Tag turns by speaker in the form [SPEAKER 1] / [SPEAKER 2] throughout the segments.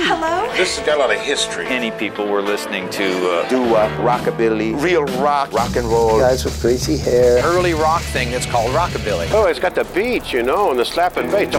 [SPEAKER 1] This has got a lot of history.
[SPEAKER 2] Many people were listening to uh,
[SPEAKER 3] doo-wop, rockabilly,
[SPEAKER 4] real rock,
[SPEAKER 3] rock and roll.
[SPEAKER 5] Guys with crazy hair.
[SPEAKER 6] Early rock thing that's called rockabilly.
[SPEAKER 7] Oh, it's got the beat, you know, and the slap and bass.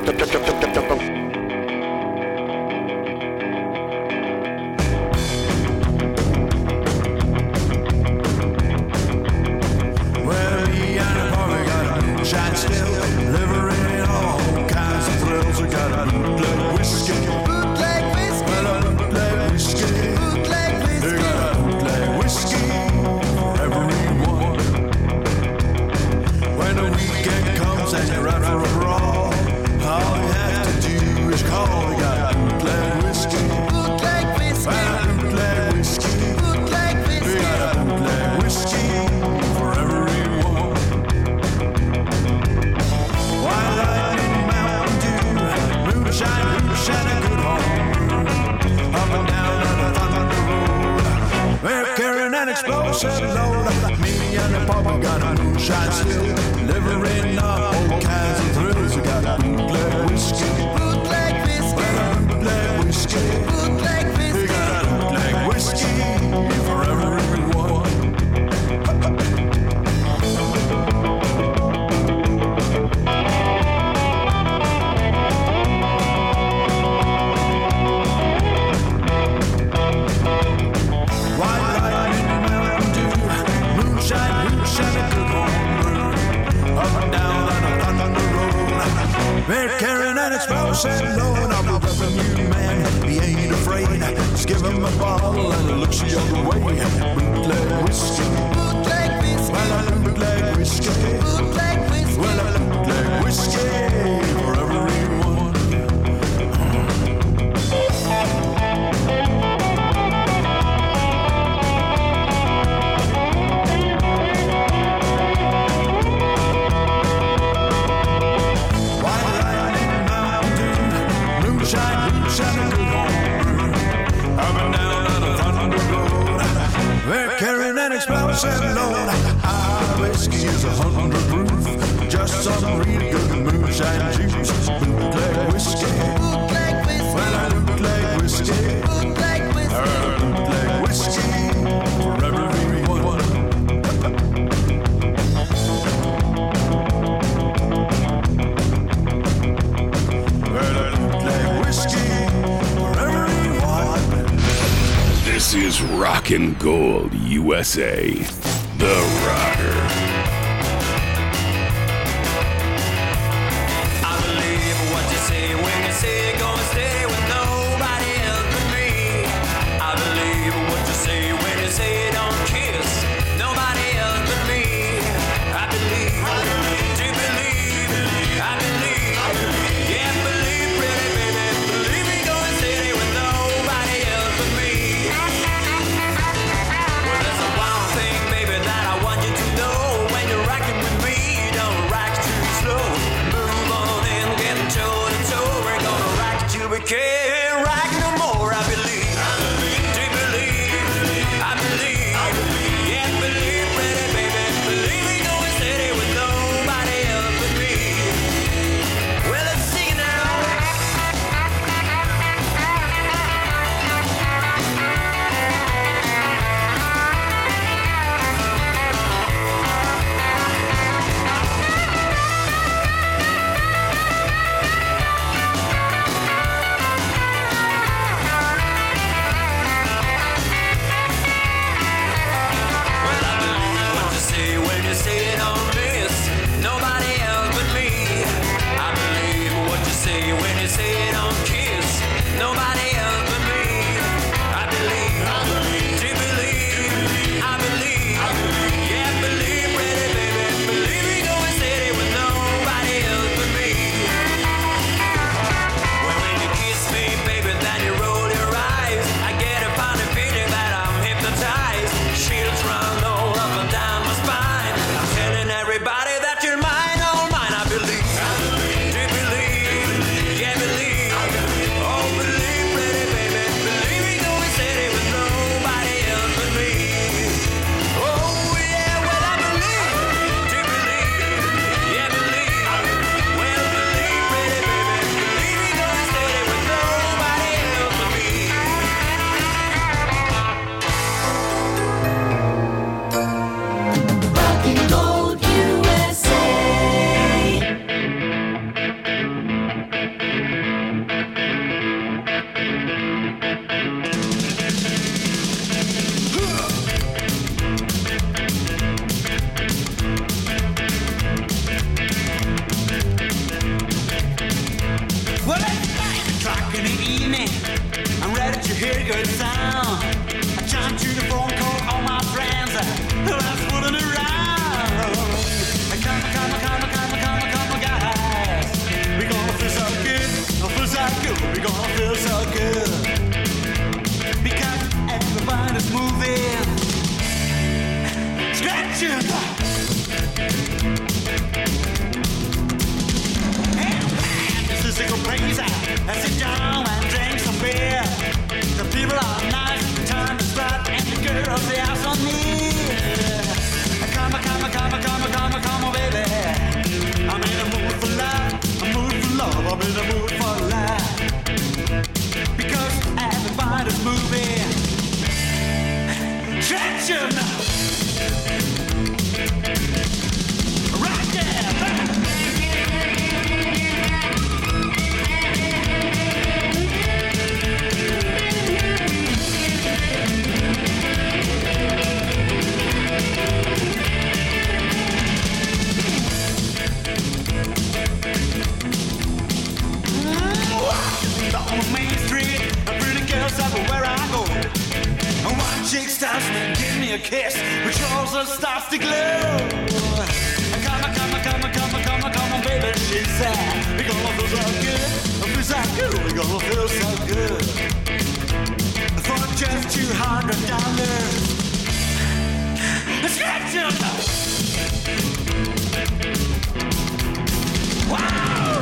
[SPEAKER 8] Rockin' Gold USA. The Rocker.
[SPEAKER 3] Oh, Oh,
[SPEAKER 9] uh,
[SPEAKER 1] stops me, give me a kiss, but yours just starts to glow. Come on, come on, come on, come on, come on, come on, baby, she said. We're gonna feel so good, feel so good, we're gonna feel so good. For just two hundred dollars, it's good to know. Wow!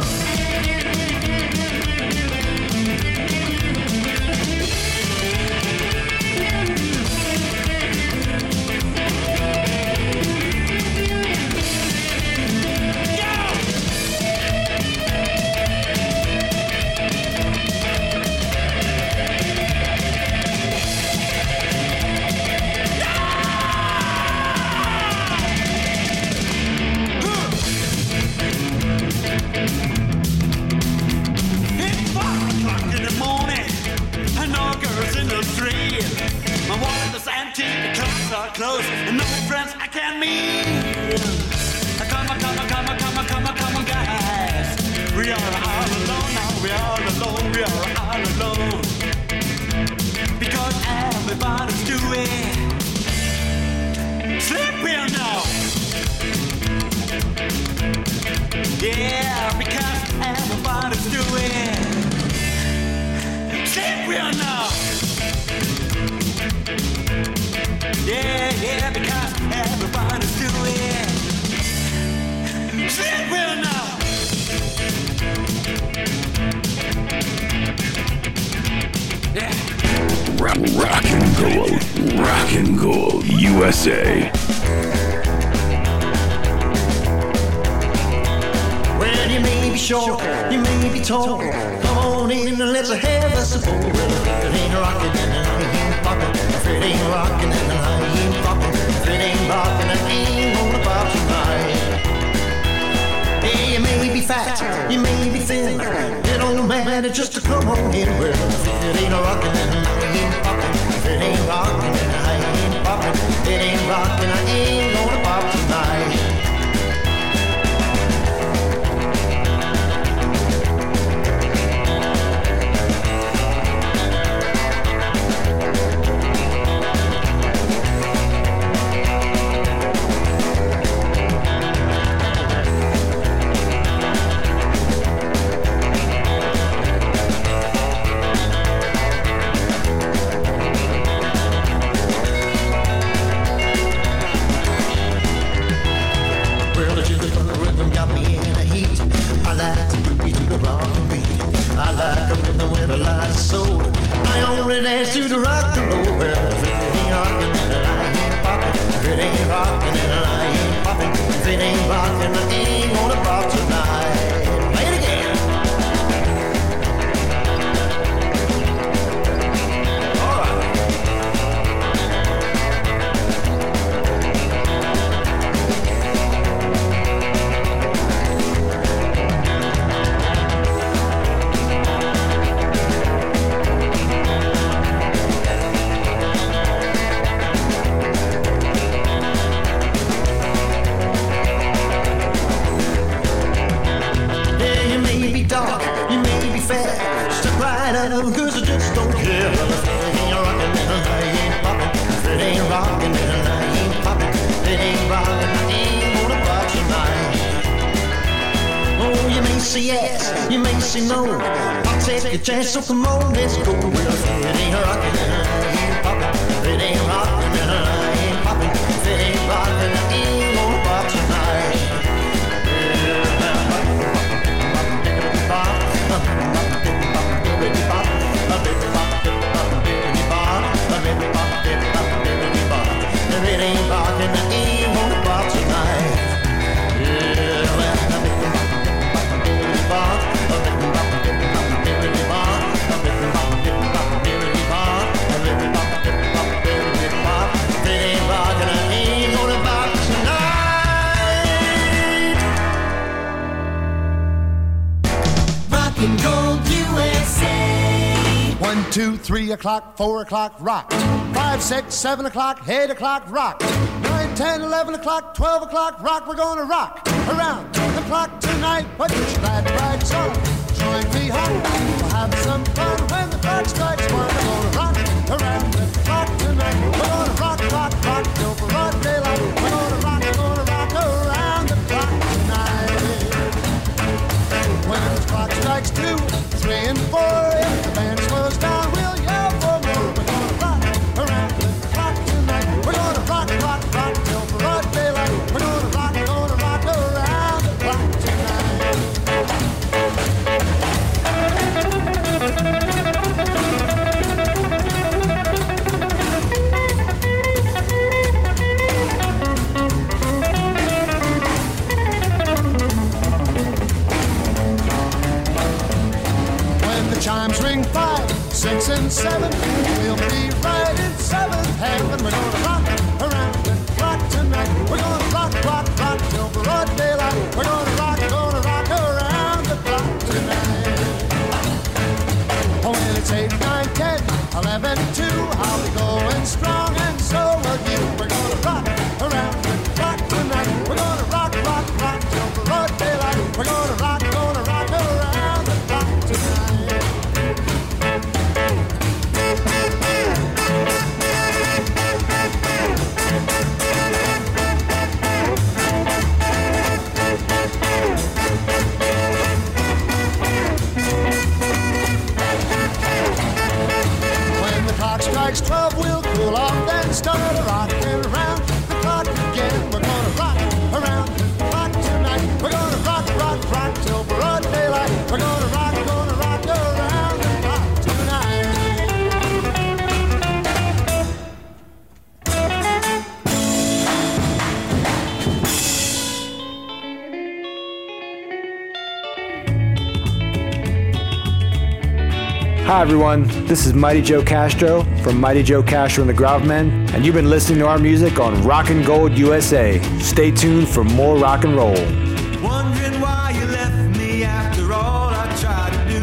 [SPEAKER 1] It's five o'clock in the morning, and no girls in the street. My wallet is empty, the clubs are closed, and no friends I can meet. Come on, come on, come on, come on, come on, come on, guys. We are all alone now, we are alone, we are all alone. Because everybody's doing sleeping now. Yeah, because everybody's doing Sleep real now Yeah, yeah, because everybody's doing Sleep real now Yeah
[SPEAKER 8] Rock, rock and gold. Rock and gold USA.
[SPEAKER 1] Well, you may be short, you may be tall. Come on in and let's have us a ball. Well, if it ain't rockin' and I ain't poppin', if it ain't rockin' and I ain't poppin', if it ain't rockin' and I ain't gonna pop tonight. Hey, you may be fat, you may be thin, it don't matter just to come on in. Well, if it ain't rockin' and I ain't poppin', if it ain't rockin' and I ain't poppin', if it ain't rockin' I ain't gonna pop tonight. Well, the jiggle from the rhythm got me in a heat. I like to beat to the rock and beat. I like a rhythm with a lot of soul. I already asked you to rock and roll. Well, if it ain't rockin', then I ain't poppin'. If it ain't rockin', then I ain't poppin'. If it ain't rockin', I ain't gonna pop tonight. Play it again. All right. Yeah, you may be dark, you may be fat. Step right out of cause I just don't care. Well, if it ain't rockin', then I ain't poppin'. If it ain't rockin', then I ain't poppin'. If it ain't rockin', I ain't gonna pop tonight. Oh, you may say yes, you may say no. I'll take a chance, so come on, let's go. Well, if it ain't rockin', then I ain't poppin'. If it ain't rockin', then I ain't poppin'. If it ain't rockin', I ain't gonna pop tonight. Tonight
[SPEAKER 3] Rock and Gold USA.
[SPEAKER 4] One, two, three o'clock, four o'clock, rock. Five, six, seven o'clock, eight o'clock, rock. Nine, ten, eleven o'clock, twelve o'clock, rock. We're gonna rock around the clock tonight. Put your glad rags on. Join me home. We'll have some fun when the clock strikes one. We're gonna rock around the clock tonight. We're gonna six and seven. We'll be right in seventh heaven. We're gonna rock around the clock tonight. We're gonna rock, rock, rock till broad daylight. We're gonna rock, gonna rock around the clock tonight. Oh, well, it's eight, nine, ten, eleven, two. I'll be going strong, and so will you. We're gonna rock around the clock tonight. We're gonna rock, rock, rock till broad daylight. We're gonna rock, gonna rock around the clock tonight. When the clock strikes 12, we'll cool off and start rocking around the clock again. We're gonna rock around the clock tonight. We're gonna rock, rock, rock till broad daylight. We're gonna rock, gonna rock around the clock tonight.
[SPEAKER 5] Hi, everyone. This is Mighty Joe Castro from Mighty Joe Castro and the Grovemen, and you've been listening to our music on Rock and Gold USA. Stay tuned for more rock and roll.
[SPEAKER 10] Wondering why you left me after all I tried to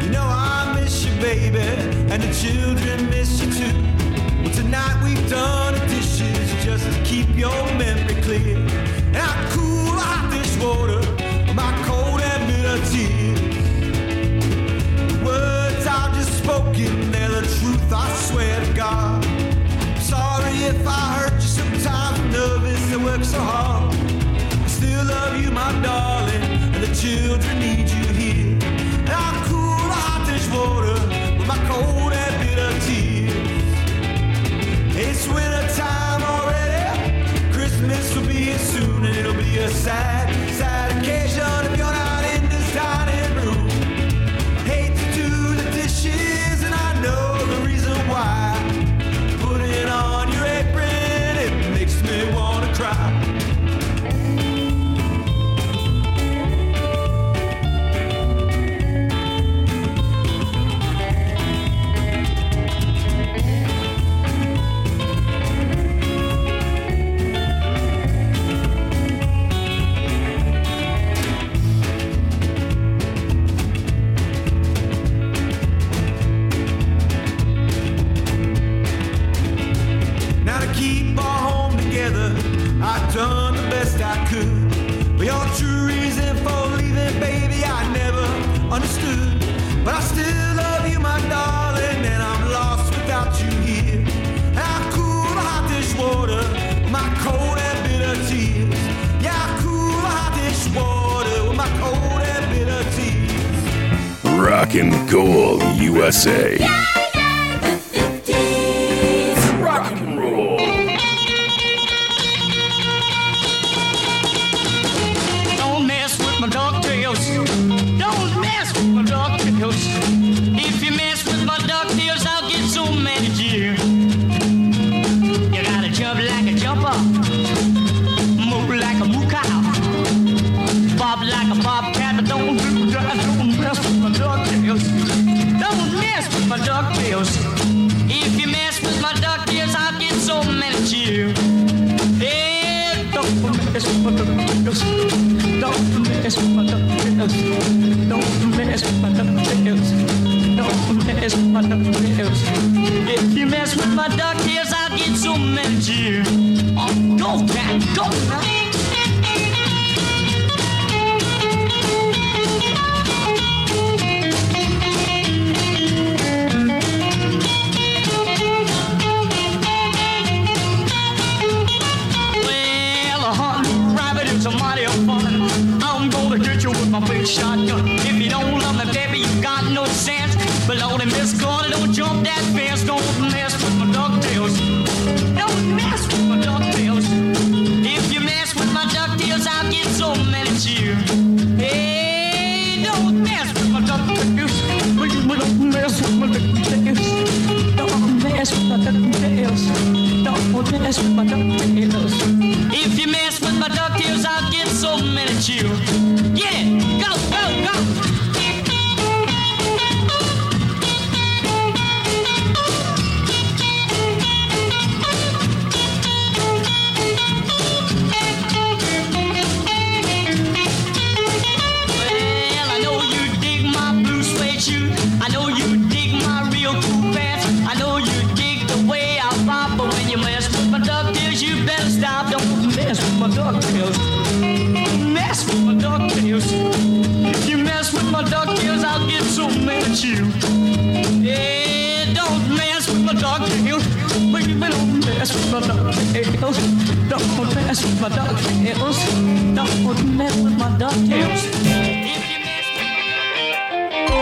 [SPEAKER 10] do. You know I miss you, baby, and the children miss you too. Well, tonight we've done the dishes just to keep your memory clear. And I cool out this water with my cold and bitter tears. The words I've just spoken, they're the truth, I swear to God. Sorry if I hurt you sometimes, I'm nervous and work so hard. I still love you, my darling, and the children need you here. And I'll cool out this water with my cold and bitter tears. It's winter time already. Christmas will be here soon, and it'll be a sad, sad occasion if you're not in this dining room. Hate to do the dishes, and I know the reason why. Put it on your apron, it makes me wanna cry. Now to keep our home together, I've done the best I could. But your true reason for leaving, baby, I never understood. But I still love you, my darling, and I'm lost without you here. And I cool out this water, with my cold and bitter tears. Yeah, I cool out this water with my cold and bitter tears.
[SPEAKER 8] Rock and Gold USA. Rock and roll.
[SPEAKER 9] Don't mess with my ducktails. Don't mess with my ducktails. If you mess with my ducktails, I'll get so mad at you. You gotta jump like a jumper, move like a moo cow, bob like a bobcat, but don't do that. Don't mess with my ducktails. Don't mess with my ducktails. If you mess with my ducktails, I'll get so mad at you. Hey, don't mess with my ducktails. Don't mess with my ducktails. Don't mess with my ducktails. Don't mess with my ducktails. If you mess with my ducktails, I'll get so mad at you. Oh, go back, go back. Well, uh-huh. a hunting rabbit is a mighty fun. I'm gonna get you with my big shotgun. If you don't love me, baby, you got no sense. Below the Miss Corner, don't jump that fence. Don't mess with my ducktails. Don't mess with my ducktails. If you mess with my ducktails, I'll get so mad at you. Hey, don't mess with my ducktails. Don't mess with my ducktails. Don't mess with my ducktails. Don't mess with my ducktails. If you mess with my ducktails, I'll get so mad at you. Get it! Go, go, go! my ducktails, I'll get so mad at you. Yeah, don't mess with my ducktails. Baby, don't mess with my ducktails. Don't mess with my ducktails. Don't mess with my ducktails. If you mess with my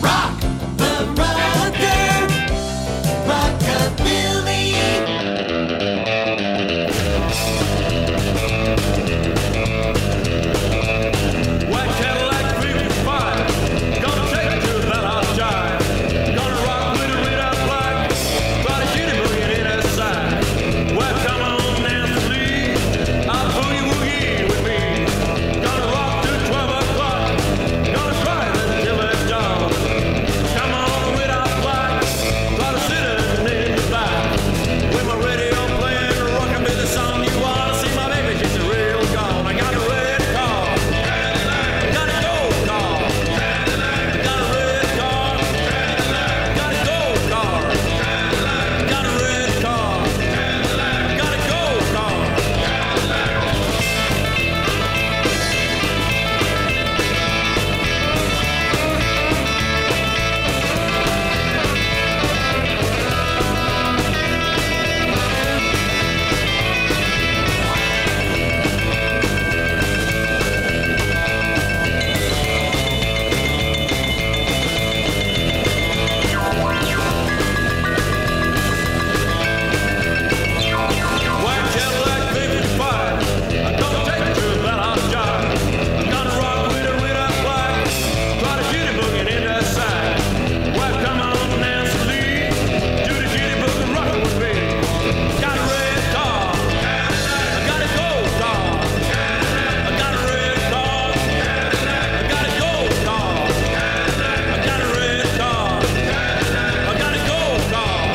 [SPEAKER 3] Rock the rocker, rockabilly.
[SPEAKER 11] White Cadillac 55, gonna take to that hot jive. Gonna rock with a red out black, try to shoot him in his side. Well, come on, Nancy, I'll boogie woogie with me. Gonna rock till 12 o'clock, gonna try that silly dog. Come on with our black, try to sit in his back. With my radio playing, rockin' to the song you wanna see. My baby, she's a real doll. I got a red car. Got a gold car. Got a red car. Got a gold car. Got a red car. Got a gold car. White Cadillac 55, I don't take to that hot jive. Gonna rock with a red out black, try to jitty boogin' in that side. Well, come on, Nancy Lee, do the jitty boogin' rockin' with me. Got a red car, I got a gold car. I got a red car, I got a gold car. I got a red car, I got a gold car.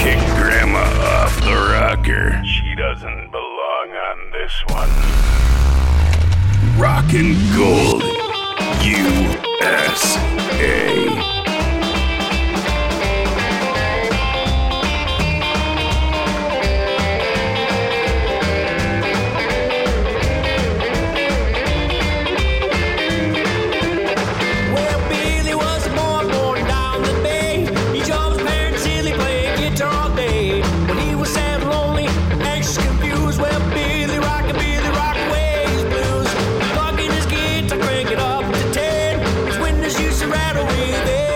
[SPEAKER 12] Kick Grandma off the rocker.
[SPEAKER 13] She doesn't belong on this one.
[SPEAKER 12] Rockin' Gold USA.
[SPEAKER 3] Well, Billy was a boy born down the bay. He joined his parents till he played guitar all day. When he was sad, lonely, anxious, confused, well, Billy rocked Billy rocked away his blues. Rocking his guitar, cranking up to ten. His windows used to rattle with it.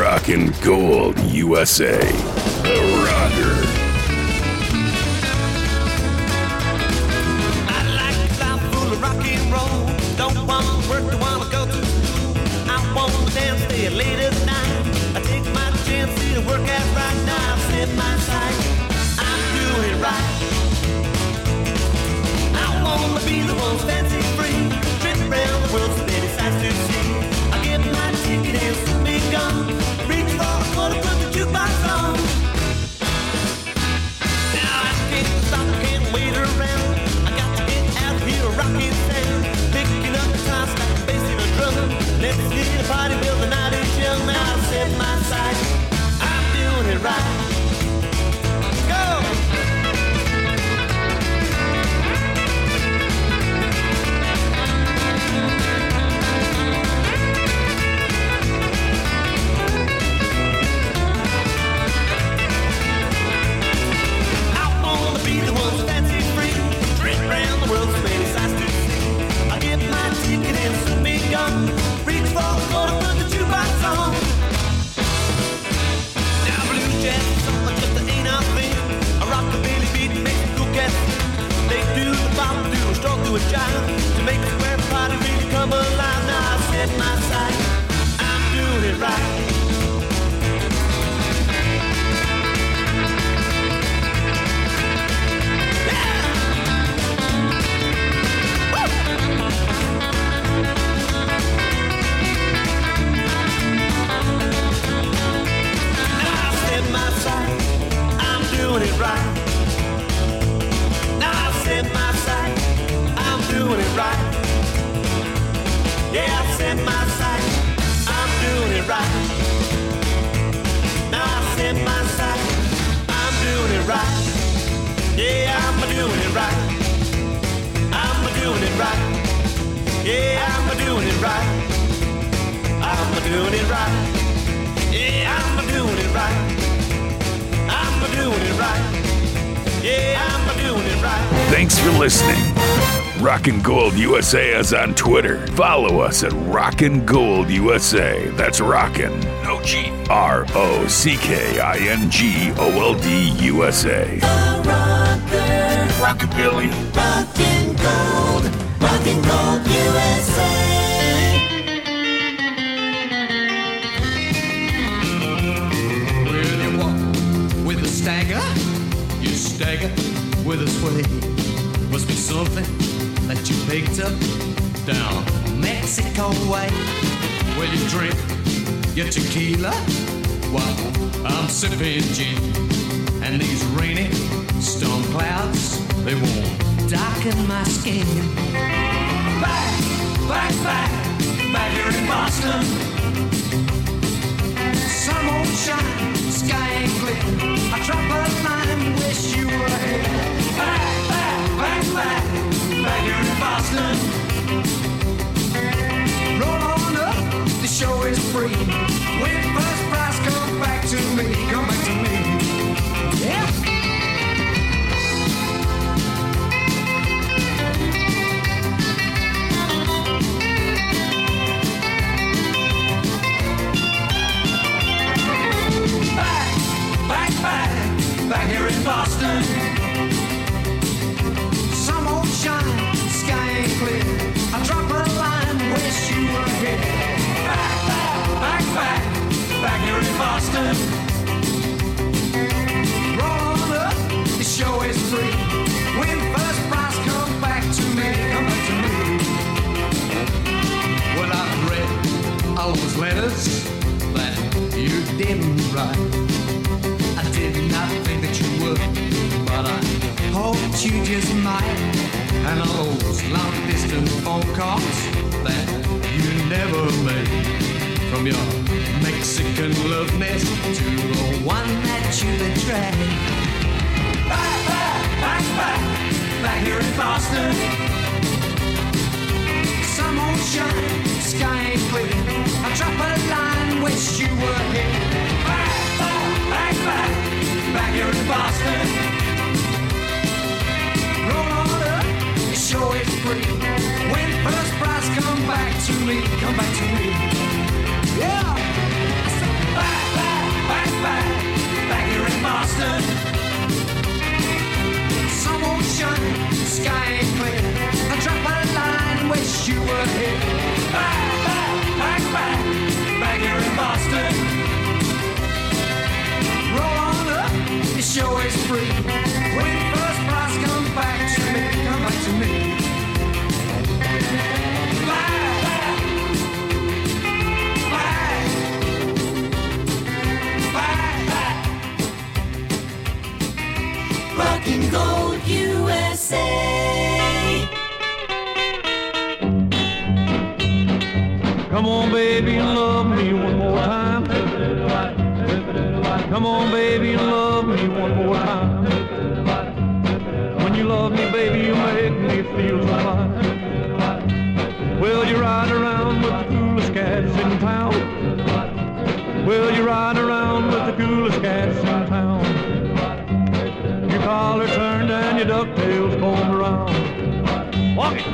[SPEAKER 8] Rockin' Gold USA. The Rocker.
[SPEAKER 3] full of rock and roll. Don't want to work, don't want to go to school. I want to dance there late at night. I take my chance, see the work out right now. I've set my sight. I'm doing right. I want to be the one fancy free. Trip around the world so many sights to see. I get my ticket and soon be gone. Reach for a quarter, put the jukebox on. Now I can't stop, can't wait around. I got to get out here, rocking sound, picking up the guitar, like a bass and a drum. Let's see the party till the night is young. Now I set my sight, I'm doing it right. Go. I wanna be the one fancy free, trip round the world so many sights to see. I get my ticket and soon be gone. Reach for a quarter, put the jukebox on. Now blue jazz, something just that ain't our thing. I rock the Billy beat, make the cool cats. They do the bop, do a stroke, do a jive to make the square party really come alive. Now I set my sight, I'm doing it right. Now I've set my sight, I'm doing it right. Now I've set my sight, I'm doing it right. Yeah, I've set my sight, I'm doing it right. Now I've set my sight, I'm doing it right. Yeah, I'm doing it right. I'm doing it right. Yeah, I'm doing it right. I'm doing it right. Yeah, I'm doing it right. I'm doing it right. Yeah, I'm doing it right.
[SPEAKER 8] Thanks for listening. Rockin' Gold USA is on Twitter. Follow us at Rockin' Gold USA. That's Rockin'. No G. R O C K I N G O L D USA. Rockabilly.
[SPEAKER 1] Rockin' Gold, Rockin' Gold USA.
[SPEAKER 10] When you walk with a stagger, you stagger with a sway. Must be something that you picked up down Mexico way. When you drink your tequila, while I'm sipping gin. And these rainy storm clouds, they won't darken my skin. Back, back, back, back here in Boston. Some old shine, sky ain't clear. A troubled mind, wish you were here. Back, back, back, back, back here in Boston. Roll on up, the show is free. Win first prize, come back to me, come back to me. Yeah. Back, back, back, back here in Boston. Some old shine, sky ain't clear. I drop a line, wish you were here. Back, back, back, back, back here in Boston. Roll on up, the show is free. Win first prize, come back to me, come back to me. Well, I've read all those letters that you didn't write. I did not think that you would, but I hoped you just might. And all those long distance phone calls that you never made. From your Mexican love nest to the one that you betrayed. Back, back, back, back, back here in Boston. Some old shine, sky ain't clear. I drop a line, wish you were here. Back, back, back, back, back here in Boston. Roll on up, the show is free. Win first prize, come back to me, come back to me. Yeah. I said, Back, back, would hit. Back, back, back, back, back here in Boston. Roll on up, the show is free. When first prize come back to me, come back to me. Back, back, back, back, back.
[SPEAKER 14] Rockin' Gold USA.
[SPEAKER 9] Come on, baby, and love me one more time. Come on, baby, and love me one more time. When you love me, baby, you make me feel so fine. Well, you ride around with the coolest cats in town. Well, you ride around with the coolest cats in town. Your collar turned and your ducktails combed around. Walk it.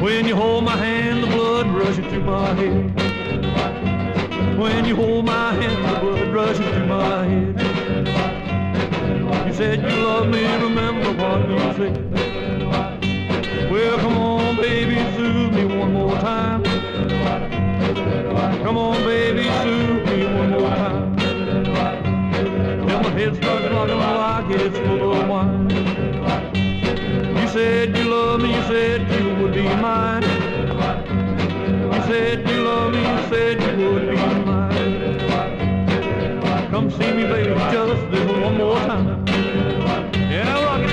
[SPEAKER 9] When you hold my hand, the blood rushes to my head. When you hold my hand, the blood rushes to my head. You said you love me, remember what you said. Well, come on, baby, soothe me one more time. Come on, baby, soothe me one more time. Then my head starts rocking like it's full of wine. You said you love me, you said you would be mine. You said you love me, you said you would be mine. Come see me, baby, just this one more time. Yeah, rock it.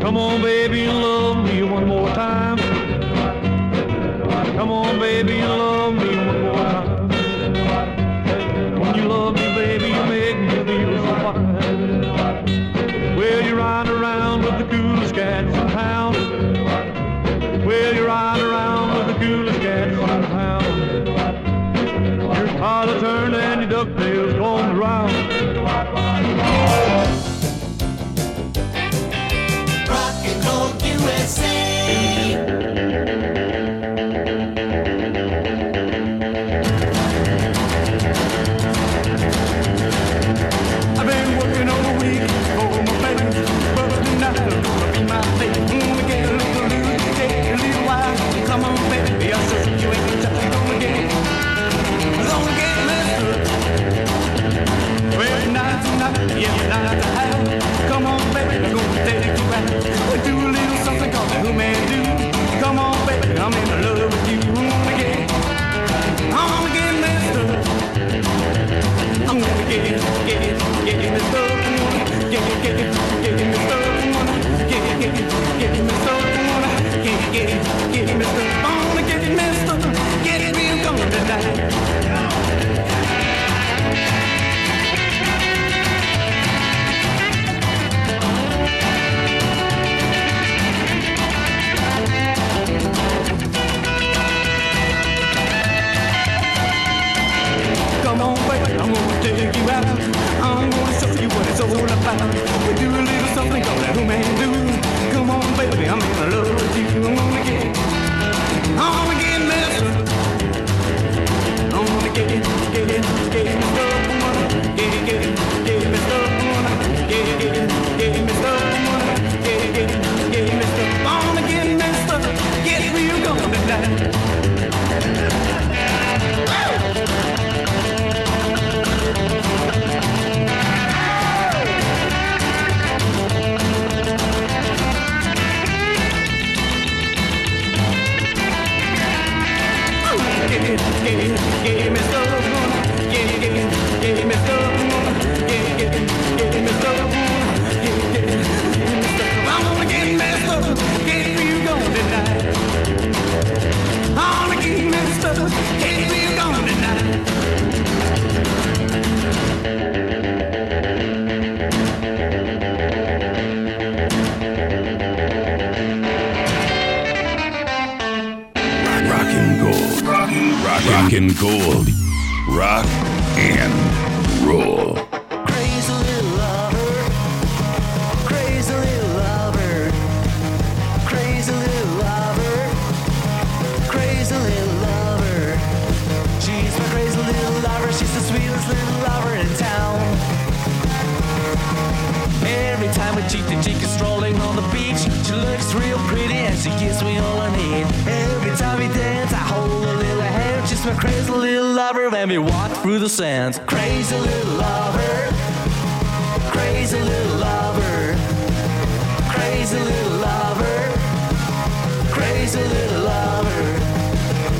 [SPEAKER 9] Come on, baby, and love me one more time. Come on, baby, and love me one more time. When you love me, baby, you make me feel so fine. Well, you ride around with the coolest cats in town. Well, you ride around with the coolest cats in town. Your collar turned and your ducktail's going around.
[SPEAKER 14] Rockin' Gold USA.
[SPEAKER 10] I've been working all week for my baby, but tonight I'm gonna be my baby. Gonna get a little loose, take a little while. Come on, baby, I'll show you ain't just gonna get, gonna get messed up. Well, tonight, tonight, yeah, tonight I have. Come on, baby, I'm gonna take you out. We do a little something called the Who-Man Do. Come on, baby, I'm in love with you. Gonna get, I'm gonna get messed up. I'm gonna get it, get it, get it, Mr. Wanna get it, get it, get it, Mr. Wanna get it, get it, get it, Mr. Wanna get it, get it, get it, Mr. Wanna get it, Mr. Get it real gone tonight. Come on, baby, I'm gonna take you out. I'm gonna show you what it's all about. We do a little something called that man do. Come on, baby, I'm in love with you. I'm gonna get, I'm gonna get messed up. I'm gonna get it, get it, get it messed up. I'm gonna get it, get it, get it messed up. I'm gonna get it, get it, get it messed up. I'm gonna get it, get it, get it messed up. I'm gonna get messed up. Get real gone tonight.
[SPEAKER 11] Rockin' Gold. Rockin' Gold. Rock
[SPEAKER 3] and roll.
[SPEAKER 9] Crazy little lover. Crazy little lover. Crazy little lover. Crazy little lover. She's my crazy little lover. She's the sweetest little lover in town. Every time we cheek to cheek is strolling on the beach, she looks real pretty and she gives me all I need. Every time we dance, I hold a little hand. She's my crazy little lover. When we walk through the sands, crazy little lover. Crazy little lover. Crazy little lover. Crazy little lover.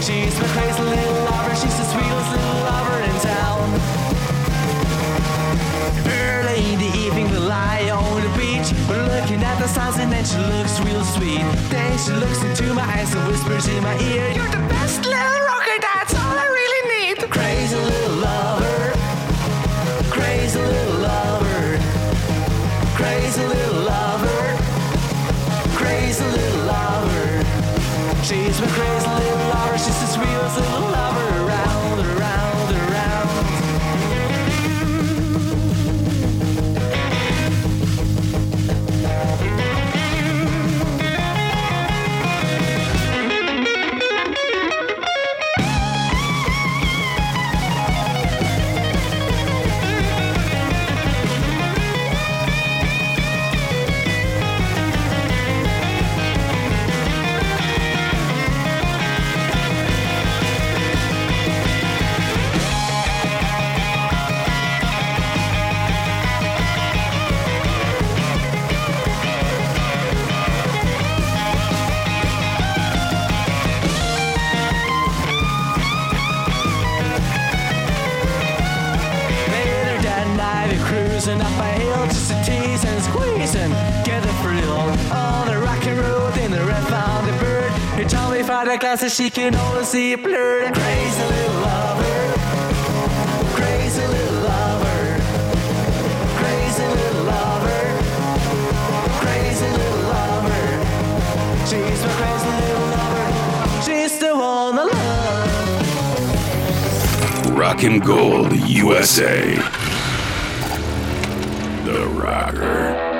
[SPEAKER 9] She's my crazy little lover. She's the sweetest little lover in town. Early in the evening, we lie on the beach. We're looking at the stars, and then she looks real sweet. Then she looks into my eyes and whispers in my ear, You're the best little rocker, that's all I really need. Crazy little lover. Crazy little lover. Crazy little lover. Crazy little lover. She's my crazy little lover. She's the sweetest little lover around, around, around. Later that night, we're cruising up a hill just to tease and squeeze and get a thrill. On the rockin' road in the red founded bird, you tell me find the glasses she can only see a blur. Crazy little lover, crazy little lover, crazy little lover, crazy little lover. She's my crazy little lover. She's the one I love.
[SPEAKER 3] Rockin' Gold USA. The Rocker.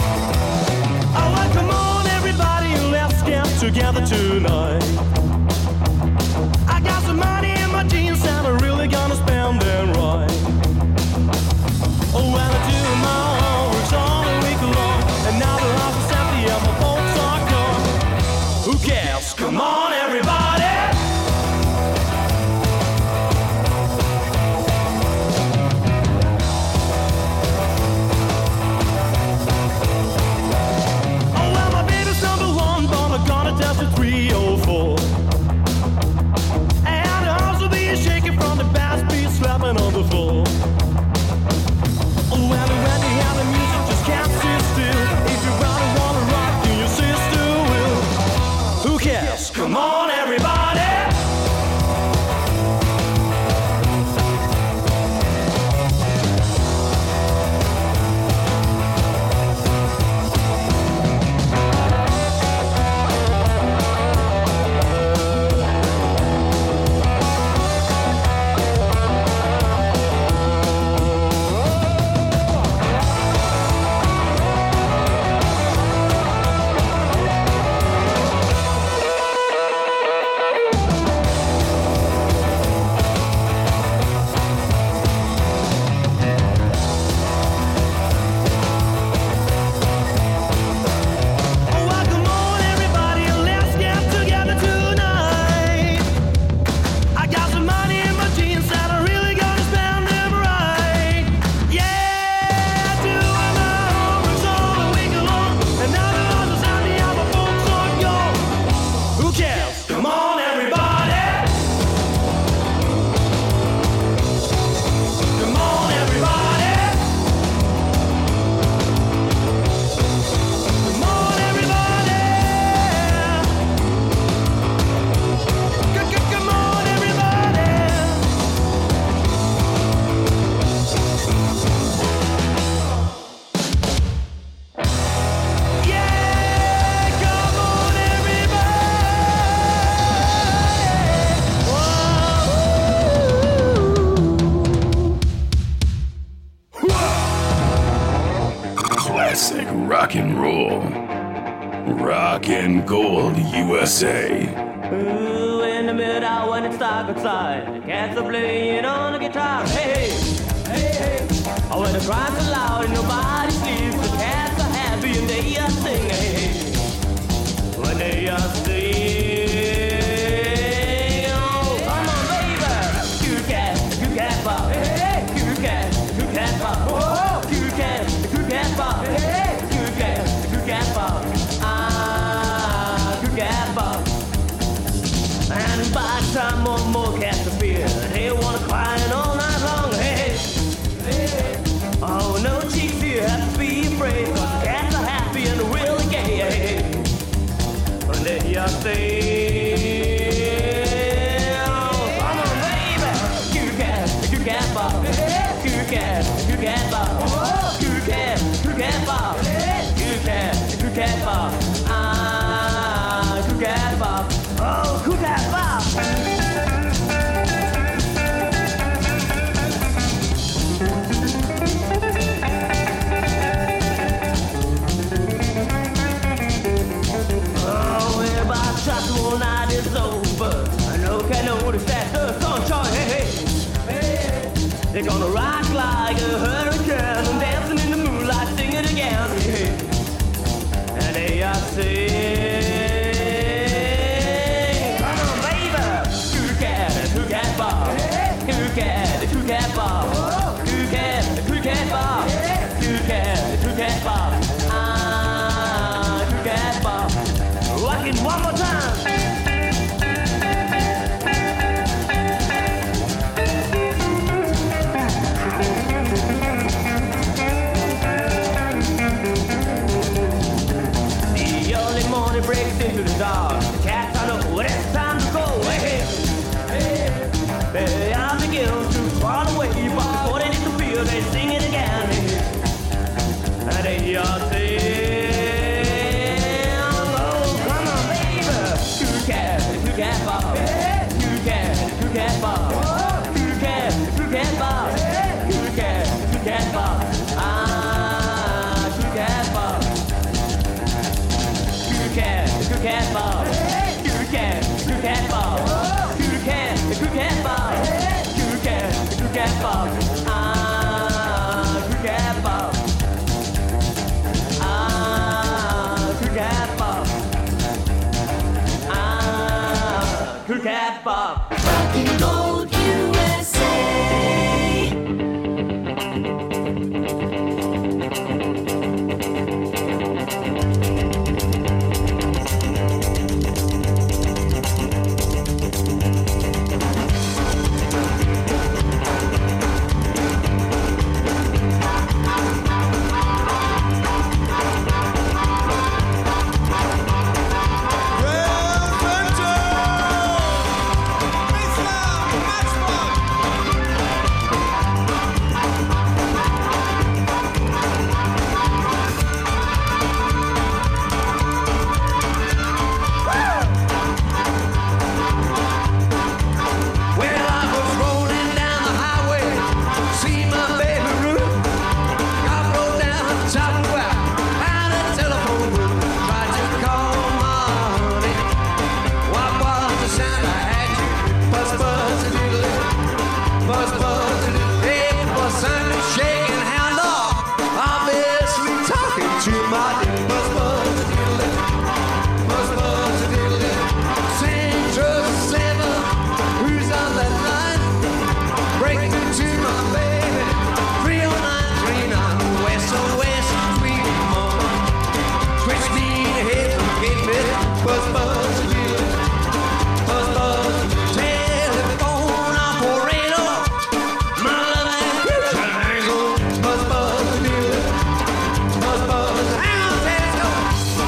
[SPEAKER 11] Oh, well, come on, everybody, let's get together tonight. I got some money in my jeans and I'm really gonna spend them right. Oh, when I do my homework all the week long, and now the Oh, oh Oh, Oh,
[SPEAKER 8] rock and roll. Rock and gold USA.
[SPEAKER 3] Ooh, in the middle when it's dark outside, the cats are playing on the guitar. Hey, hey, hey. Oh, when the cries are loud and nobody sleeps, the cats are happy and they are singing. Hey, hey. When they are singing, oh, come on, baby. Cool cat, cool cat pop. Hey, hey, cool cat, cool cat pop. Oh, cool cat, cool cat pop. Hey, hey, cool cat, cool cat pop. Ah, cool cat pop. And by the time more and more cats appear, they wanna cry and all night long. Hey, hey, oh no, chief, you have to be brave. 'cause cats are happy and really gay. Hey, hey, let ya sing. Come on, baby, you cat, you cat bop, you cat, you cat bop, you cat, you cat bop, you cat, you cat bop. Ah, you cat bop. Oh, you cat bop. Oh, about just one night is over. I know can notice that the sunshine. Hey, hey, hey. They're gonna rock like a hurricane, dancing in the moonlight, singing again. Hey, hey. and they are singing. Come on, baby, who can, who can bop? Who can, who can bop? Who can, who can bop? Who can, who can bop? Ah, who can bop? Rock it one more time. The early morning breaks into the dark. The cats are up, well, it's time to go. Hey, hey, hey. I begin to crawl away, but before they disappear, they sing it again. Hey, and they are singing. Oh, come on, baby. Cool cat, cool cat bop. Cool cat, cool cat bop. Cool cat, cool cat bop. Cool cat, cool cat bop. Ah, cool cat bop. Cool cat, cool cat ball. Cool cat, cool cat ball. Cool cat, cool cat ball. Cool cat, cool cat ball. Ah, cool cat ball. Ah, cool cat ball. Ah, cool cat ball. Rockin' Gold USA.
[SPEAKER 10] Well, I was rolling down the highway, see my baby Ruth. I broke down the top rack, had a telephone booth, tried to call my honey. What was the sound I had you? Buzz, buzz, a doodle, buzz, buzz, a doodle. It was Sunday shaking, how long? Obviously talking to my dear. Buzz, buzz, a doodle, buzz, buzz, a doodle. Saint Joseph Sailor, Who's on that line? Break through to my baby. 30939 West oh, West Sweet Mama. Twitch me to hit the pavement. Buzz buzz you. Buzz buzz. Telephone operator. My love and Buzz buzz you. Buzz buzz. How's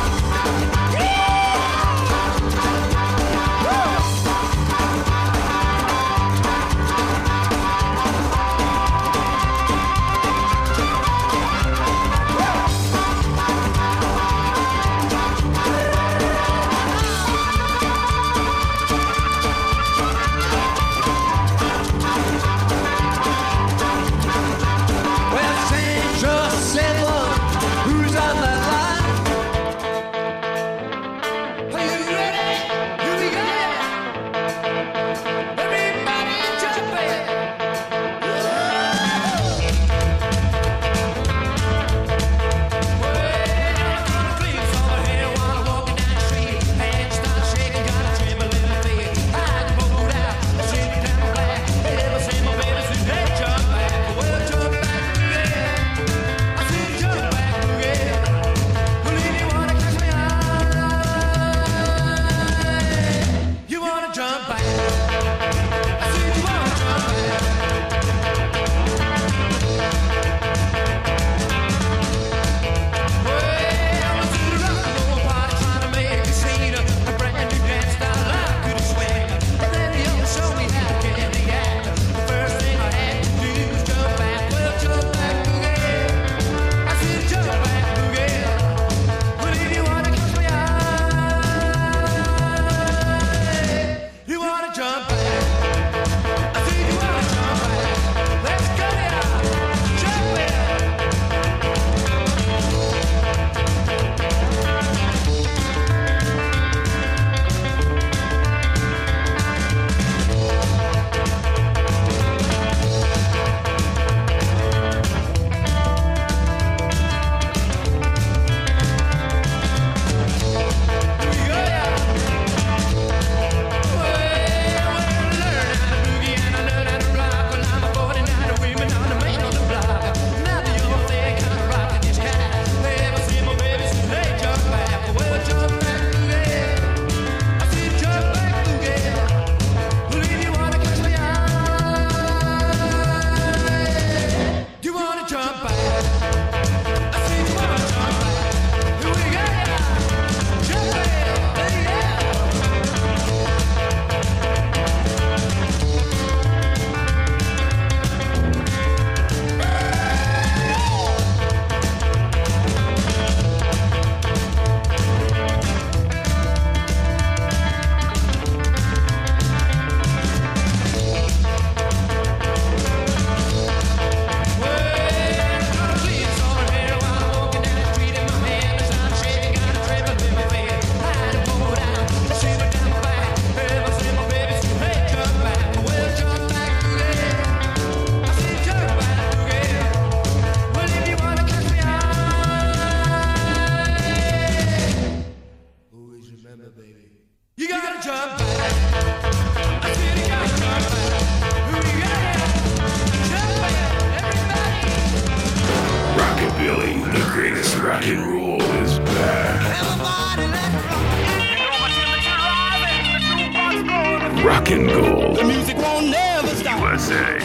[SPEAKER 3] Rockin' Gold.
[SPEAKER 15] The music won't never stop.
[SPEAKER 3] USA.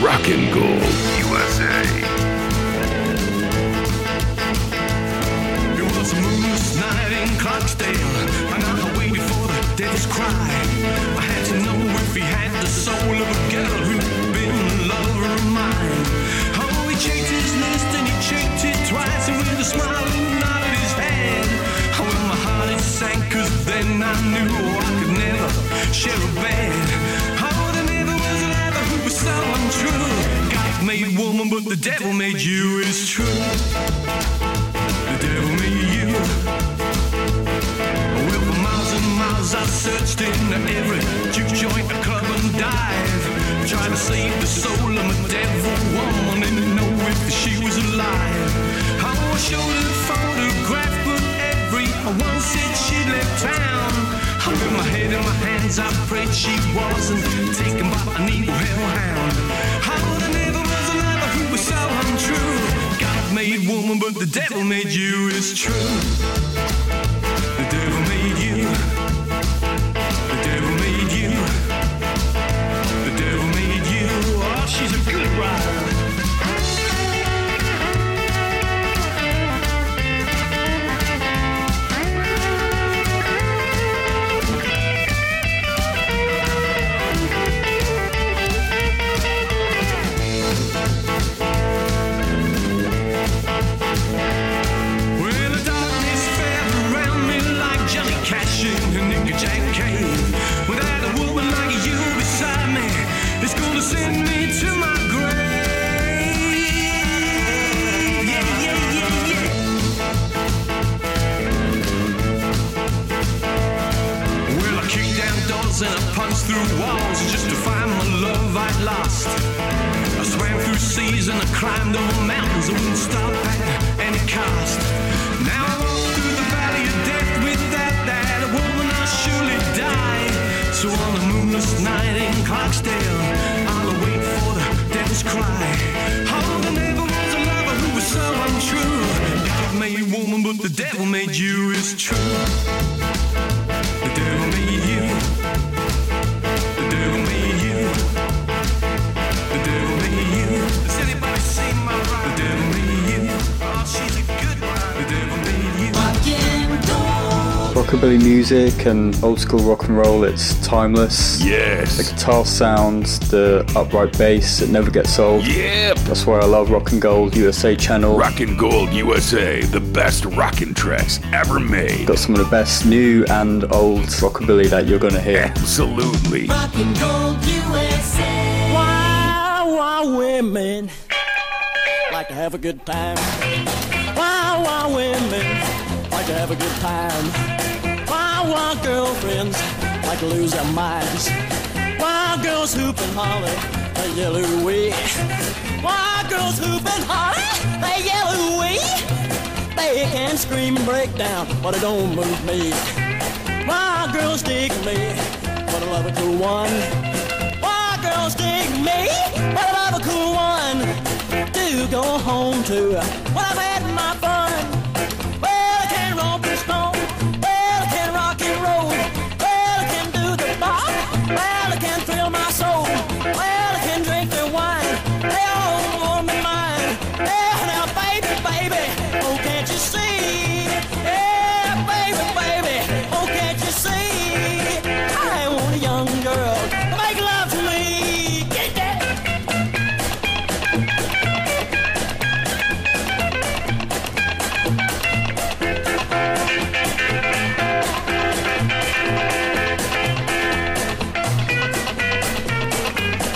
[SPEAKER 3] Rockin' Gold USA.
[SPEAKER 10] It was a moonless night in Clarksdale, and I waited for the devil's cry. I had to know if he had the soul of a girl who'd been a lover of mine. Oh, he checked his list and he checked it twice, and with a smile he nodded his head. Oh, and my heart it sank, 'cause then I knew I could never share a bed. Oh, there never was a lover who was so untrue. God made woman, but the devil made you, it's true. The devil made you. Well, for miles and miles I searched in every juke joint, a club and dive, trying to save the soul of a devil woman and know if she was alive. Oh, I showed her photograph, but every one said she left town. I put my head in my hands, I prayed she wasn't taken by an evil hellhound. Oh, there never was a lover who was so untrue. God made woman, but the devil made you. It's true. The devil made you. The devil made you. The devil made you. Oh, she's a good rider. Well, the darkness fell around me like Johnny Cash in a Nickerjack cave. Without a woman like you beside me, it's gonna send me to my grave. Yeah, yeah, yeah, yeah. Well, I kicked down doors and I punched through walls just to find my love I'd lost. I swam through seas and I climbed over mountains. I wouldn't stop at any cost. Now I walk through the valley of death without that woman. I surely die. So on a moonless night in Clarksdale, I'll await for the devil's cry. Oh, there never was a lover who was so untrue. God made woman, but the devil made you. It's true. The devil made you. The devil made you. The devil made you. Does anybody see my ride? The devil made you. Oh, she's a good ride. The devil made you.
[SPEAKER 11] Rockabilly music and old school rock and roll, it's timeless.
[SPEAKER 3] Yes.
[SPEAKER 11] The guitar sounds, the upright bass, it never gets old.
[SPEAKER 3] Yep.
[SPEAKER 11] That's why I love Rock and Gold USA channel.
[SPEAKER 3] Rockin' Gold USA, the best rockin' tracks ever made.
[SPEAKER 11] Got some of the best new and old rockabilly that you're gonna hear.
[SPEAKER 3] Absolutely.
[SPEAKER 1] Rockin' Gold USA. Why, why women like to have a good time? Why, why women like to have a good time? Why, why girlfriends like to lose their minds? Why girls hoop and holler, they yell ooh-wee? Why girls hoop and holler, they yell ooh-wee? They can scream and break down, but it don't move me. Why girls dig me, what a love a cool one. Why girls dig me? What a love a cool one. Do go home to when I've had my fun. Well, I can romp and stomp. Well, I can rock and roll. Well, I can do the bop. Well, I can thrill my soul. Well, I can drink the wine. They all want me mine. Yeah, now, baby, baby, oh, can't you see? Yeah, baby, baby, oh, can't you see? I want a young girl to make love to me. Get that.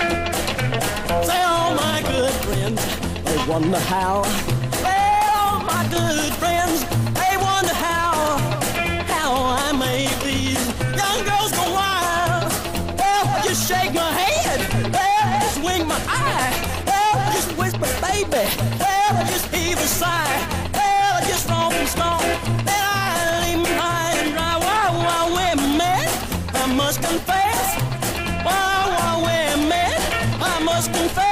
[SPEAKER 1] Say all my good friends, they wonder how. Say all my good friends, they wonder how. How I made these young girls go wild. Well, you shake my hand, well, just wink my eye. Well, just whisper, baby, well, just heave a sigh. Well, just romp and stomp, then I leave me high and dry. Wow, wow, women, I must confess. Wow, wow, women, I must confess.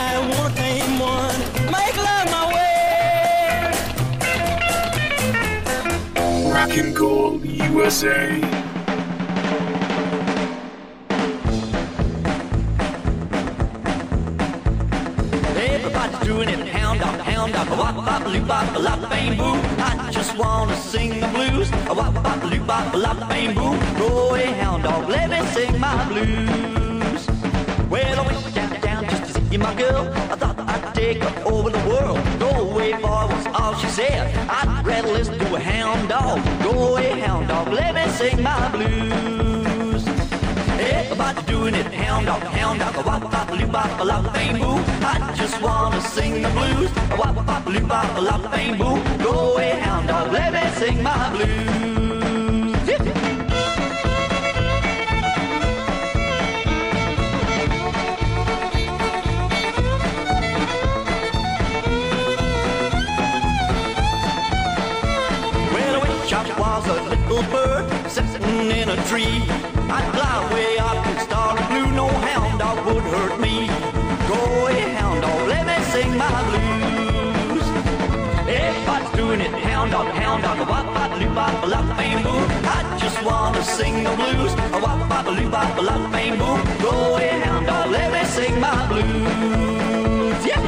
[SPEAKER 1] I want a tame one. Make love my way.
[SPEAKER 3] Rockin' Gold USA. doing it hound up, hound up, a wop bop, loop bop, a lop bang boo. I just wanna sing the blues, a wop bop, loop bop, a lop bang boo. Go away, hound dog, let me sing my blues. Well, I went down, down just to see my girl. I thought I'd take her over the world. Go away, boy, was all she said. I'd rather listen to a hound dog. Go away, hound dog, let me sing my blues. Everybody's doing it, hound dog, hound dog, a wop bop, loop bop, a lop bang boo. I just wanna sing the blues, a wop bop, loop bop, a lop bang boo. Go away, hound dog, let me sing my blues. Yip. Well, I wish I was a little bird sitting in a tree. I'd fly way up and start a blue. No hound dog would hurt me. Go away, hound dog, let me sing my blues. Everybody's doing it, hound dog, hound dog, a wop bop, loop bop, a lop bang boo. I just wanna sing the blues, a wop bop, a loop bop, a lop bang boo. Go away, hound dog, let me sing my blues. Yeah.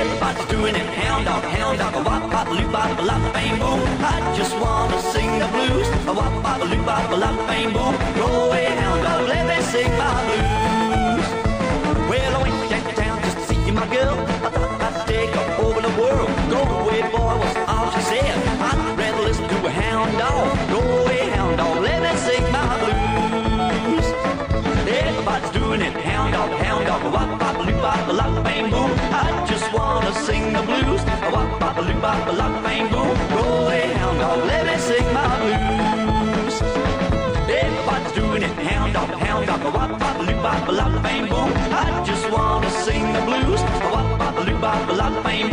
[SPEAKER 3] Everybody's doing it, hound dog, hound dog, a wop bop, loop bop, a lop bang boom. I just wanna sing the blues, a wop bop, loop bop, a lop bang boom. Go away, hound dog, let me sing my blues. Well, I went downtown just to see my girl. I thought I'd take her over the world. Go away, boy, was all she said. I'd rather listen to a hound dog. Go away, hound dog, let me sing my blues. Everybody's doing it, hound dog, hound dog, a wop bop, loop bop, a lop bang boom. I just wanna sing the blues, a wop bop, loop bop, a lop bang boom. Go away, hound dog, let me sing my blues. Everybody's doing it, hound dog, hound dog, a wop bop, loop bop, a lop bang boom. I just wanna sing the blues, a wop bop, loop bop, a lop bang